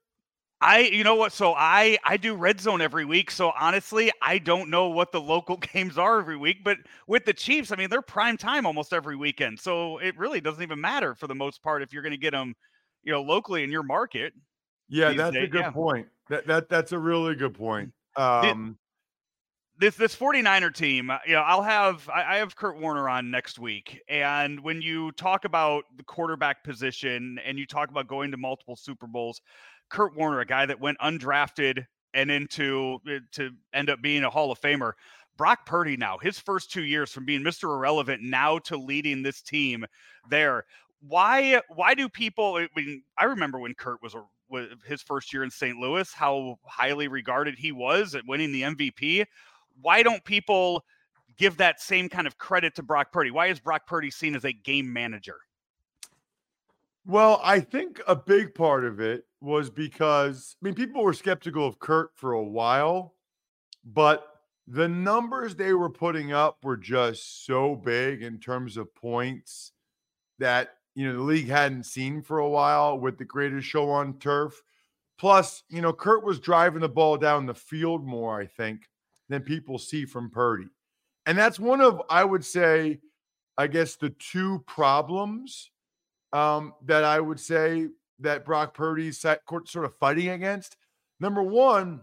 A: I you know what so I I do red zone every week so honestly I don't know what the local games are every week but with the Chiefs I mean they're prime time almost every weekend so it really doesn't even matter for the most part if you're going to get them you know locally in your market
E: Yeah,
A: These
E: that's a
A: days,
E: good
A: yeah.
E: point. That that that's a really good point. Um,
A: this this 49er team uh, you know i'll have I, I have kurt warner on next week and when you talk about the quarterback position and you talk about going to multiple super bowls kurt warner a guy that went undrafted and into uh, to end up being a hall of famer
F: Brock Purdy now, his first two years from being Mr. Irrelevant now to leading this team there. Why why do people I mean, I remember when Kurt was a was his first year in St. Louis, how highly regarded he was at winning the MVP. Why don't people give that same kind of credit to Brock Purdy? Why is Brock Purdy seen as a game manager?
E: Well, I think a big part of it was because I mean people were skeptical of Kurt for a while, but the numbers they were putting up were just so big in terms of points that you know the league hadn't seen for a while with the greatest show on turf. Plus, you know, Kurt was driving the ball down the field more, I think, than people see from Purdy. And that's one of, I would say, I guess the two problems um, that I would say that Brock Purdy's si- court- sort of fighting against. Number one,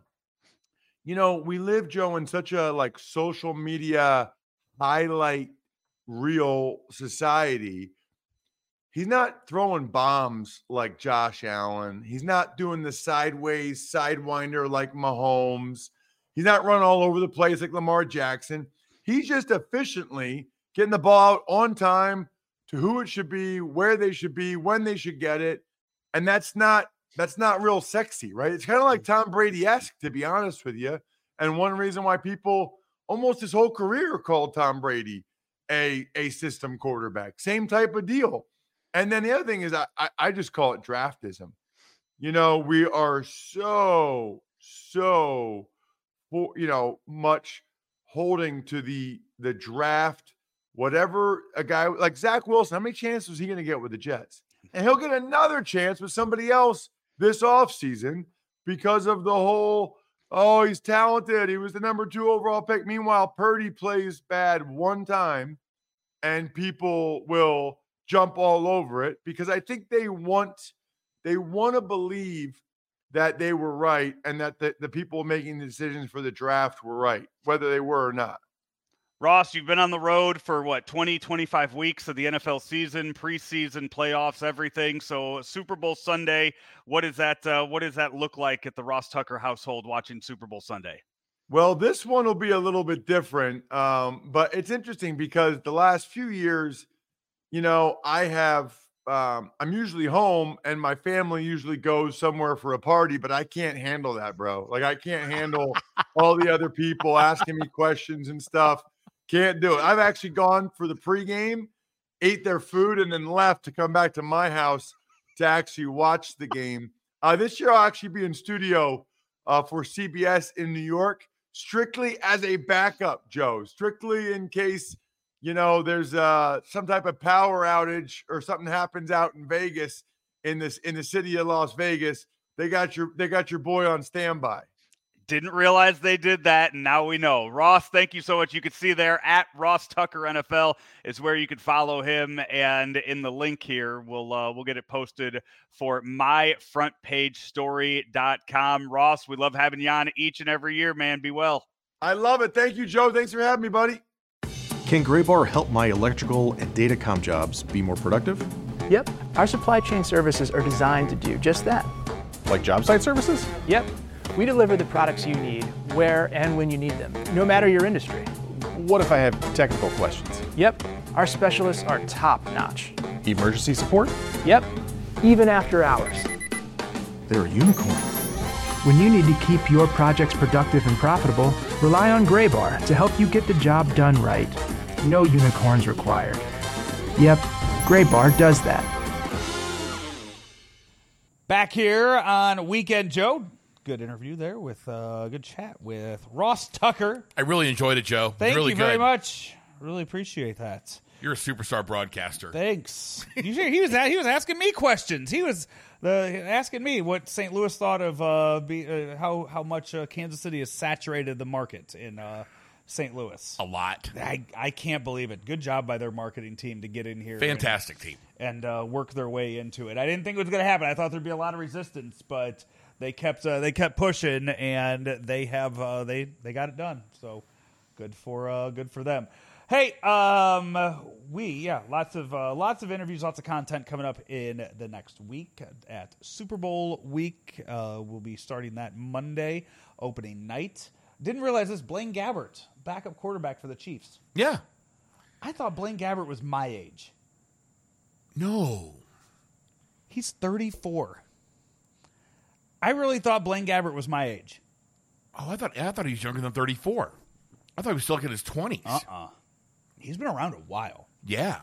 E: you know, we live, Joe, in such a like social media highlight real society. He's not throwing bombs like Josh Allen. He's not doing the sideways sidewinder like Mahomes. He's not running all over the place like Lamar Jackson. He's just efficiently getting the ball out on time to who it should be, where they should be, when they should get it. And that's not that's not real sexy, right? It's kind of like Tom Brady-esque, to be honest with you. And one reason why people almost his whole career called Tom Brady a a system quarterback. Same type of deal. And then the other thing is I I, I just call it draftism. You know, we are so, so for you know, much holding to the the draft whatever a guy like Zach Wilson, how many chances was he going to get with the Jets? And he'll get another chance with somebody else this offseason because of the whole, oh, he's talented. He was the number two overall pick. Meanwhile, Purdy plays bad one time and people will jump all over it because I think they want they want to believe that they were right and that the, the people making the decisions for the draft were right, whether they were or not.
F: Ross, you've been on the road for what 20, 25 weeks of the NFL season, preseason, playoffs, everything. So Super Bowl Sunday, what is that? Uh, what does that look like at the Ross Tucker household watching Super Bowl Sunday?
E: Well, this one will be a little bit different, um, but it's interesting because the last few years, you know, I have um, I'm usually home and my family usually goes somewhere for a party, but I can't handle that, bro. Like I can't handle all the other people asking me questions and stuff. Can't do it. I've actually gone for the pregame, ate their food, and then left to come back to my house to actually watch the game. Uh, this year, I'll actually be in studio uh, for CBS in New York, strictly as a backup, Joe, strictly in case you know there's uh, some type of power outage or something happens out in Vegas in this in the city of Las Vegas. They got your they got your boy on standby.
F: Didn't realize they did that, and now we know. Ross, thank you so much. You can see there at Ross Tucker NFL is where you can follow him, and in the link here, we'll uh, we'll get it posted for myfrontpagestory.com. Ross, we love having you on each and every year, man. Be well.
E: I love it. Thank you, Joe. Thanks for having me, buddy.
G: Can Graybar help my electrical and datacom jobs be more productive?
H: Yep, our supply chain services are designed to do just that.
G: Like job site services?
H: Yep, we deliver the products you need where and when you need them, no matter your industry.
G: What if I have technical questions?
H: Yep, our specialists are top notch.
G: Emergency support?
H: Yep, even after hours.
G: They're a unicorn.
H: When you need to keep your projects productive and profitable, rely on Graybar to help you get the job done right. No unicorns required. Yep, Graybar does that.
A: Back here on Weekend Joe. Good interview there with uh, good chat with Ross Tucker.
C: I really enjoyed it, Joe. It was
A: Thank
C: really
A: you very
C: good.
A: much. Really appreciate that.
C: You're a superstar broadcaster.
A: Thanks. you sure he was a- he was asking me questions. He was the asking me what St. Louis thought of uh, be, uh, how how much uh, Kansas City has saturated the market in uh, St. Louis.
C: a lot.
A: I, I can't believe it. Good job by their marketing team to get in here. and-
C: Fantastic team.
A: and uh, work their way into it. I didn't think it was going to happen. I thought there'd be a lot of resistance, but they kept uh, they kept pushing, and they have uh, they they got it done. So good for uh, good for them. Hey, um, we yeah, lots of uh, lots of interviews, lots of content coming up in the next week at Super Bowl week. Uh, we'll be starting that Monday opening night.
D: Didn't realize this. Blaine Gabbert, backup quarterback for the Chiefs.
C: Yeah.
D: I thought Blaine Gabbert was my age.
C: No.
D: He's 34. I really thought Blaine Gabbert was my age.
C: Oh, I thought I thought he was younger than 34. I thought he was still like in his 20s.
D: He's been around a while.
C: Yeah.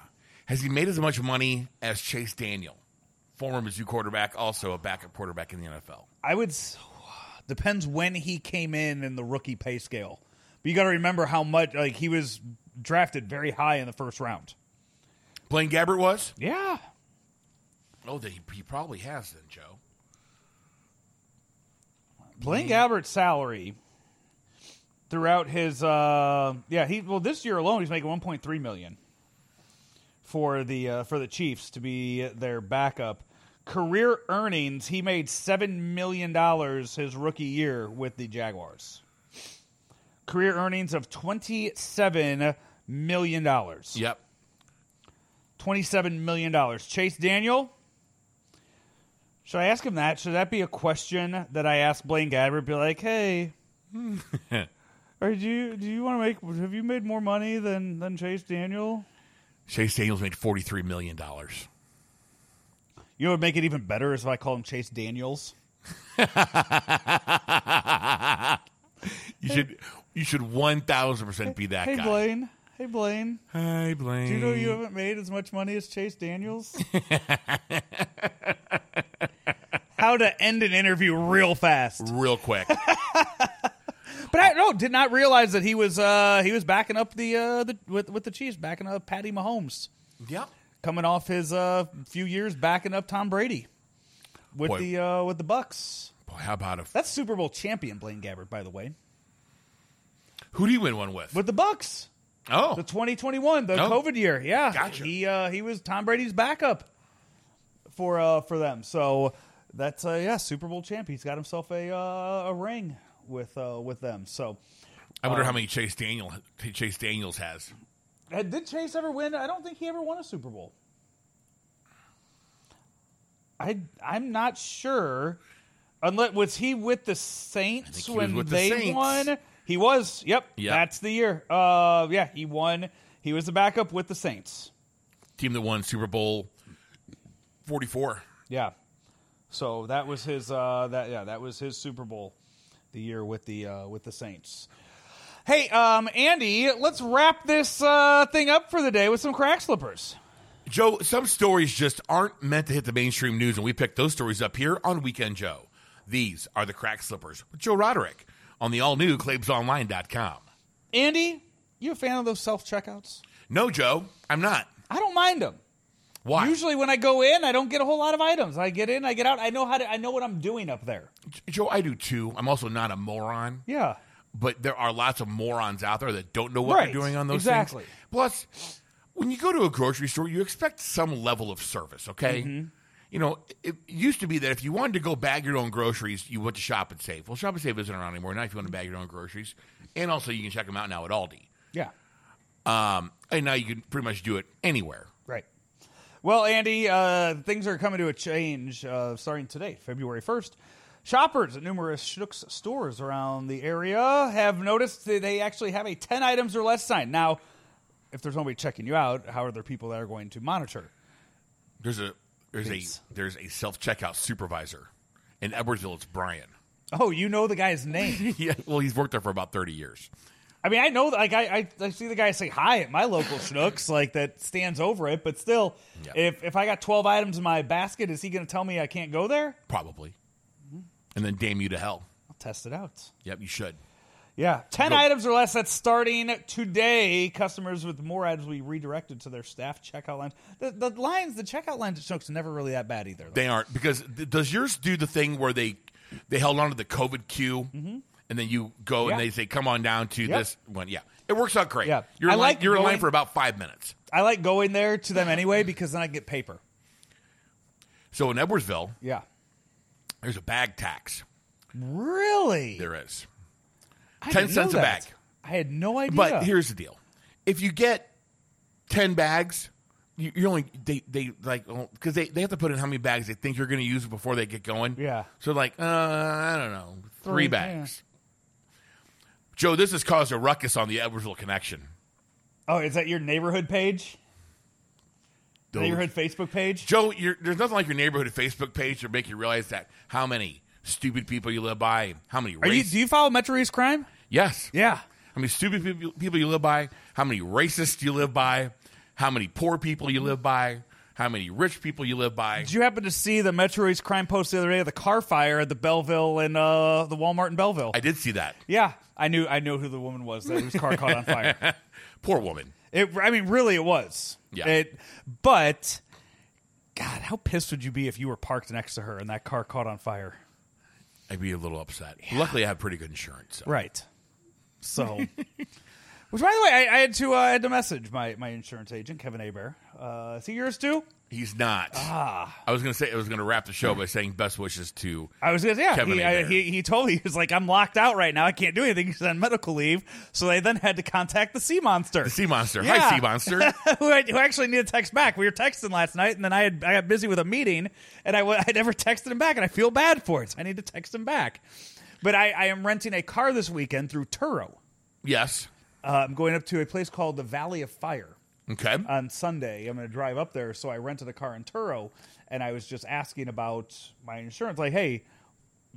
C: Has he made as much money as Chase Daniel, former Mizzou quarterback, also a backup quarterback in the NFL?
D: I would s- depends when he came in in the rookie pay scale. But you got to remember how much like he was drafted very high in the first round.
C: Blaine Gabbert was?
D: Yeah.
C: Oh, then he, he probably has then, Joe.
D: Blaine Gabbert's salary throughout his uh yeah, he well this year alone he's making 1.3 million for the uh, for the Chiefs to be their backup. Career earnings, he made 7 million dollars his rookie year with the Jaguars. Career earnings of 27 million dollars.
C: Yep.
D: 27 million dollars. Chase Daniel. Should I ask him that? Should that be a question that I ask Blaine Gabbert? Be like, hey, or do you do you want to make? Have you made more money than than Chase Daniel?
C: Chase Daniels made $43 million.
D: You know, what would make it even better is if I call him Chase Daniels.
C: You should you should 1,000% be that
D: hey
C: guy. Hmm.
D: Blaine. Hey Blaine.
C: Hi, Blaine.
D: Do you know you haven't made as much money as Chase Daniels? How to end an interview real fast.
C: Real quick.
D: But I no did not realize that he was uh, he was backing up the uh, the with with the Chiefs, backing up Patty Mahomes,
C: yep.
D: coming off his uh, few years backing up Tom Brady with
C: Boy.
D: the uh, with the Bucks.
C: Boy, how about if.
D: That's Super Bowl champion Blaine Gabbert, by the way,
C: Who do you win one with?
D: with the Bucks.
C: oh.
D: The 2021, the
C: Oh.
D: COVID year, yeah.
C: Gotcha.
D: He uh, he was Tom Brady's backup for uh, for them. So that's uh, yeah, Super Bowl champ. He's got himself a uh, a ring with uh, with them. So
C: I wonder how many Chase Daniel Chase Daniels has.
D: And did Chase ever win? I don't think he ever won a Super Bowl. I I'm not sure. Unless was he with the Saints
C: he was
D: when
C: with the
D: they
C: Saints.
D: won? He was. Yep.
C: Yep.
D: That's the year. Uh, yeah, he won. He was the backup with the Saints.
C: Team that won Super Bowl 44.
D: Yeah. So that was his. Uh, that yeah, that was his Super Bowl, the year with the uh, with the Saints. Hey, um, Andy, let's wrap this uh, thing up for the day with some crack slippers.
C: Joe, some stories just aren't meant to hit the mainstream news, and we picked those stories up here on Weekend Joe. These are the crack slippers with Joe Roderick on the all new ClaibsOnline.com.
D: Andy, you a fan of those self checkouts?
C: No, Joe, I'm not.
D: I don't mind them.
C: Why?
D: Usually, when I go in, I don't get a whole lot of items. I get in, I get out. I know how to. I know what I'm doing up there.
C: J- Joe, I do too. I'm also not a moron,
D: Yeah,
C: but there are lots of morons out there that don't know what
D: Right,
C: they're doing on those
D: exactly.
C: things. Plus, when you go to a grocery store, you expect some level of service, okay?
D: Mm-hmm.
C: You know, it it used to be that if you wanted to go bag your own groceries, you went to Shop and Save. Well, Shop and Save isn't around anymore. Now, if you want to bag your own groceries, and also you can check them out now at Aldi.
D: yeah,
C: Um, and now you can pretty much do it anywhere.
D: right. Well, Andy, uh, things are coming to a change uh, starting today, February first. Shoppers at numerous Schnucks stores around the area have noticed that they actually have a ten items or less sign. Now, if there's nobody checking you out, how are there people that are going to monitor?
C: There's a there's
D: Please.
C: a there's a self checkout supervisor in Edwardsville. It's Brian.
D: Oh, you know the guy's name.
C: yeah, well, he's worked there for about thirty years.
D: I mean, I know, like, I, I, I see the guy say hi at my local Schnooks, like, that stands over it, but still,
C: Yeah.
D: if, if I got 12 items in my basket, is he going to tell me I can't go there?
C: probably,
D: Mm-hmm.
C: and then damn you to hell.
D: I'll test it out.
C: Yep, you should.
D: Yeah. 10 items or less, that's starting today. Customers with more items will be redirected to their staff checkout lines. The, the lines, the checkout lines at Schnooks are never really that bad either. though.
C: They aren't because th- does yours do the thing where they they held on to the COVID queue and then you go
D: Mm-hmm. Yeah.
C: and they say come on down to
D: Yep.
C: this one. Yeah, it works out great.
D: Yeah.
C: you're
D: I
C: in line,
D: like
C: you're in line
D: going-
C: for about five minutes.
D: I like going there to them anyway because then I get paper.
C: So in Edwardsville,
D: Yeah.
C: there's a bag tax.
D: Really?
C: There is.
D: I
C: 10
D: didn't know
C: cents a
D: that.
C: bag.
D: I had no idea.
C: But here's the deal: if you get ten bags, you, you're only they they like because they, they have to put in how many bags they think you're going to use before they get going.
D: Yeah.
C: So like, uh, I don't know, three
D: Three,
C: bags. Joe, this has caused a ruckus on the Edwardsville connection.
D: Oh, is that your neighborhood page?
C: Those-
D: Neighborhood Facebook page?
C: Joe, you're, there's nothing like your neighborhood Facebook page to make you realize that how many stupid people you live by, how many
D: Are you,
C: races.
D: do you follow Metro East Crime?
C: yes.
D: Yeah.
C: How many stupid people, people you live by, how many racists you live by, how many poor people you live by, how many rich people you live by.
D: Did you happen to see the Metro East Crime post the other day of the car fire at the Belleville and uh, the Walmart in Belleville?
C: I did see that.
D: yeah, I knew I knew who the woman was that whose car caught on fire.
C: Poor woman.
D: It, I mean, really, it was.
C: Yeah.
D: It, but God, how pissed would you be if you were parked next to her and that car caught on fire?
C: I'd be a little upset. Luckily, I have pretty good insurance. so.
D: Right. So, which, by the way, I, I had to uh, I had to message my, my insurance agent, Kevin Aber. Uh, is he yours too?
C: He's not. I was going to say, I was going to wrap the show by saying best wishes to.
D: Ah. I was gonna say, yeah.
C: Kevin
D: he, I,
C: Aber.
D: he he told me he was like, I'm locked out right now. I can't do anything. He's on medical leave. So they then had to contact the sea monster.
C: the Sea Monster.
D: Yeah.
C: Hi, Sea Monster.
D: who, I, who actually need a text back. We were texting last night, and then I had I got busy with a meeting, and I, wa- I never texted him back, and I feel bad for it. So I need to text him back. But I, I am renting a car this weekend through Turo.
C: yes.
D: Uh, I'm going up to a place called the Valley of Fire
C: Okay.
D: on Sunday. I'm going to drive up there, so I rented a car in Turo, and I was just asking about my insurance, like, hey.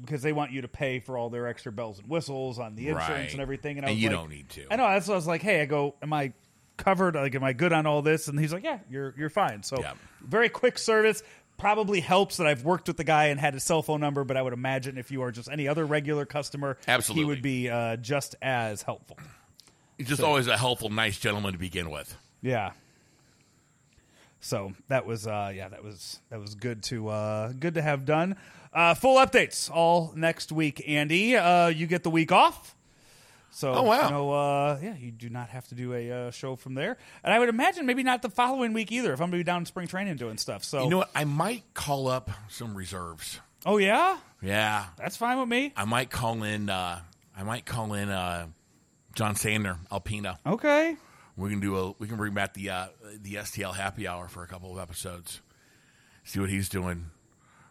D: Because they want you to pay for all their extra bells and whistles on the insurance
C: Right.
D: and everything, and, I
C: And
D: was
C: you
D: like-
C: don't need to.
D: I know that's what I was like. Hey, I go, am I covered? Like, am I good on all this? And he's like, yeah, you're you're fine. So
C: Yeah.
D: very quick service. Probably helps that I've worked with the guy and had his cell phone number, but I would imagine if you are just any other regular customer, he
C: Absolutely.
D: would be uh, just as helpful.
C: He's just always a helpful, nice gentleman to begin with.
D: Yeah. So that was uh yeah, that was that was good to uh good to have done. Uh full updates all next week, Andy. Uh you get the week off. So
C: Oh, wow.
D: no uh yeah, you do not have to do a uh, show from there. And I would imagine maybe not the following week either if I'm gonna be down in spring training doing stuff. So
C: You know what? I might call up some reserves.
D: Oh yeah?
C: Yeah.
D: That's fine with me.
C: I might call in. Uh, I might call in uh, John Sander, Alpina.
D: Okay.
C: We can do a. We can bring back the uh, the STL happy hour for a couple of episodes. See what he's doing.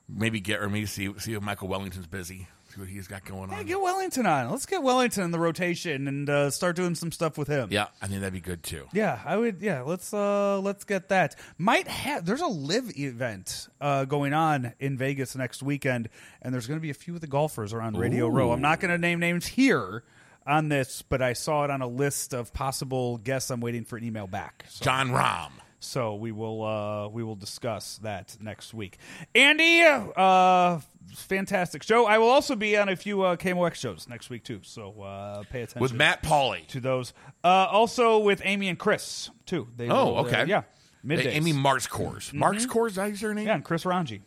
C: Maybe get or maybe see see if Michael Wellington's busy. See what he's got going on.
D: Yeah, get Wellington on. Let's get Wellington in the rotation and uh, start doing some stuff with him.
C: yeah, I think that'd be good too.
D: Yeah, I would. Yeah, let's uh let's get that. Might have there's a live event uh going on in Vegas next weekend, and there's going to be a few of the golfers around Radio Row. I'm not going to name names here on this, but I saw it on a list of possible guests. I'm waiting for an email back, so,
C: John Rahm.
D: so we will uh we will discuss that next week. Andy, uh, fantastic show. I will also be on a few uh, KMOX shows next week too, so uh pay attention
C: with Matt Pauley.
D: to those. Uh, also with Amy and Chris too. They
C: Oh,
D: will, uh,
C: okay.
D: yeah, middays. Mm-hmm.
C: Amy Marks Cores. Marks Cores, is that his surname?
D: yeah, and Chris Ranji.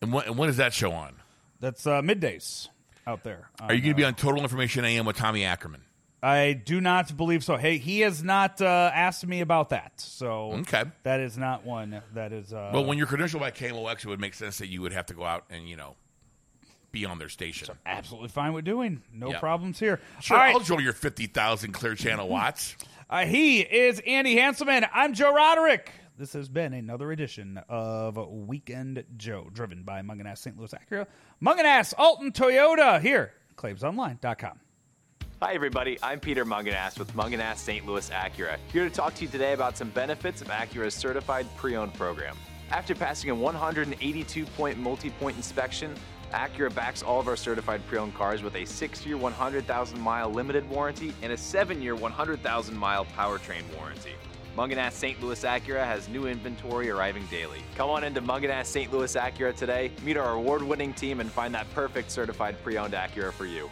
C: And, when, and when is that show on?
D: That's uh, middays out there. Uh,
C: Are you going to be on Total Information AM with Tommy Ackerman?
D: I do not believe so. Hey, he has not uh, asked me about that, so
C: Okay.
D: that is not one that is. Uh,
C: Well, when you're credentialed by KMOX, it would make sense that you would have to go out and, you know, be on their station.
D: absolutely fine with doing. No
C: Yeah.
D: problems here.
C: Sure,
D: All right,
C: I'll join your 50,000 Clear Channel watts.
D: Uh, he is Andy Hanselman. I'm Joe Roderick. This has been another edition of Weekend Joe, driven by Munganass St. Louis Acura, Munganass Alton Toyota here, claimsonline.com.
I: Hi, everybody. I'm Peter Munganass with Munganass St. Louis Acura, here to talk to you today about some benefits of Acura's certified pre owned program. After passing a 182 point multi point inspection, Acura backs all of our certified pre owned cars with a six year 100,000 mile limited warranty and a seven year 100,000 mile powertrain warranty. Munganass St. Louis Acura has new inventory arriving daily. Come on into Munganass St. Louis Acura today, meet our award winning team, and find that perfect certified pre owned Acura for you.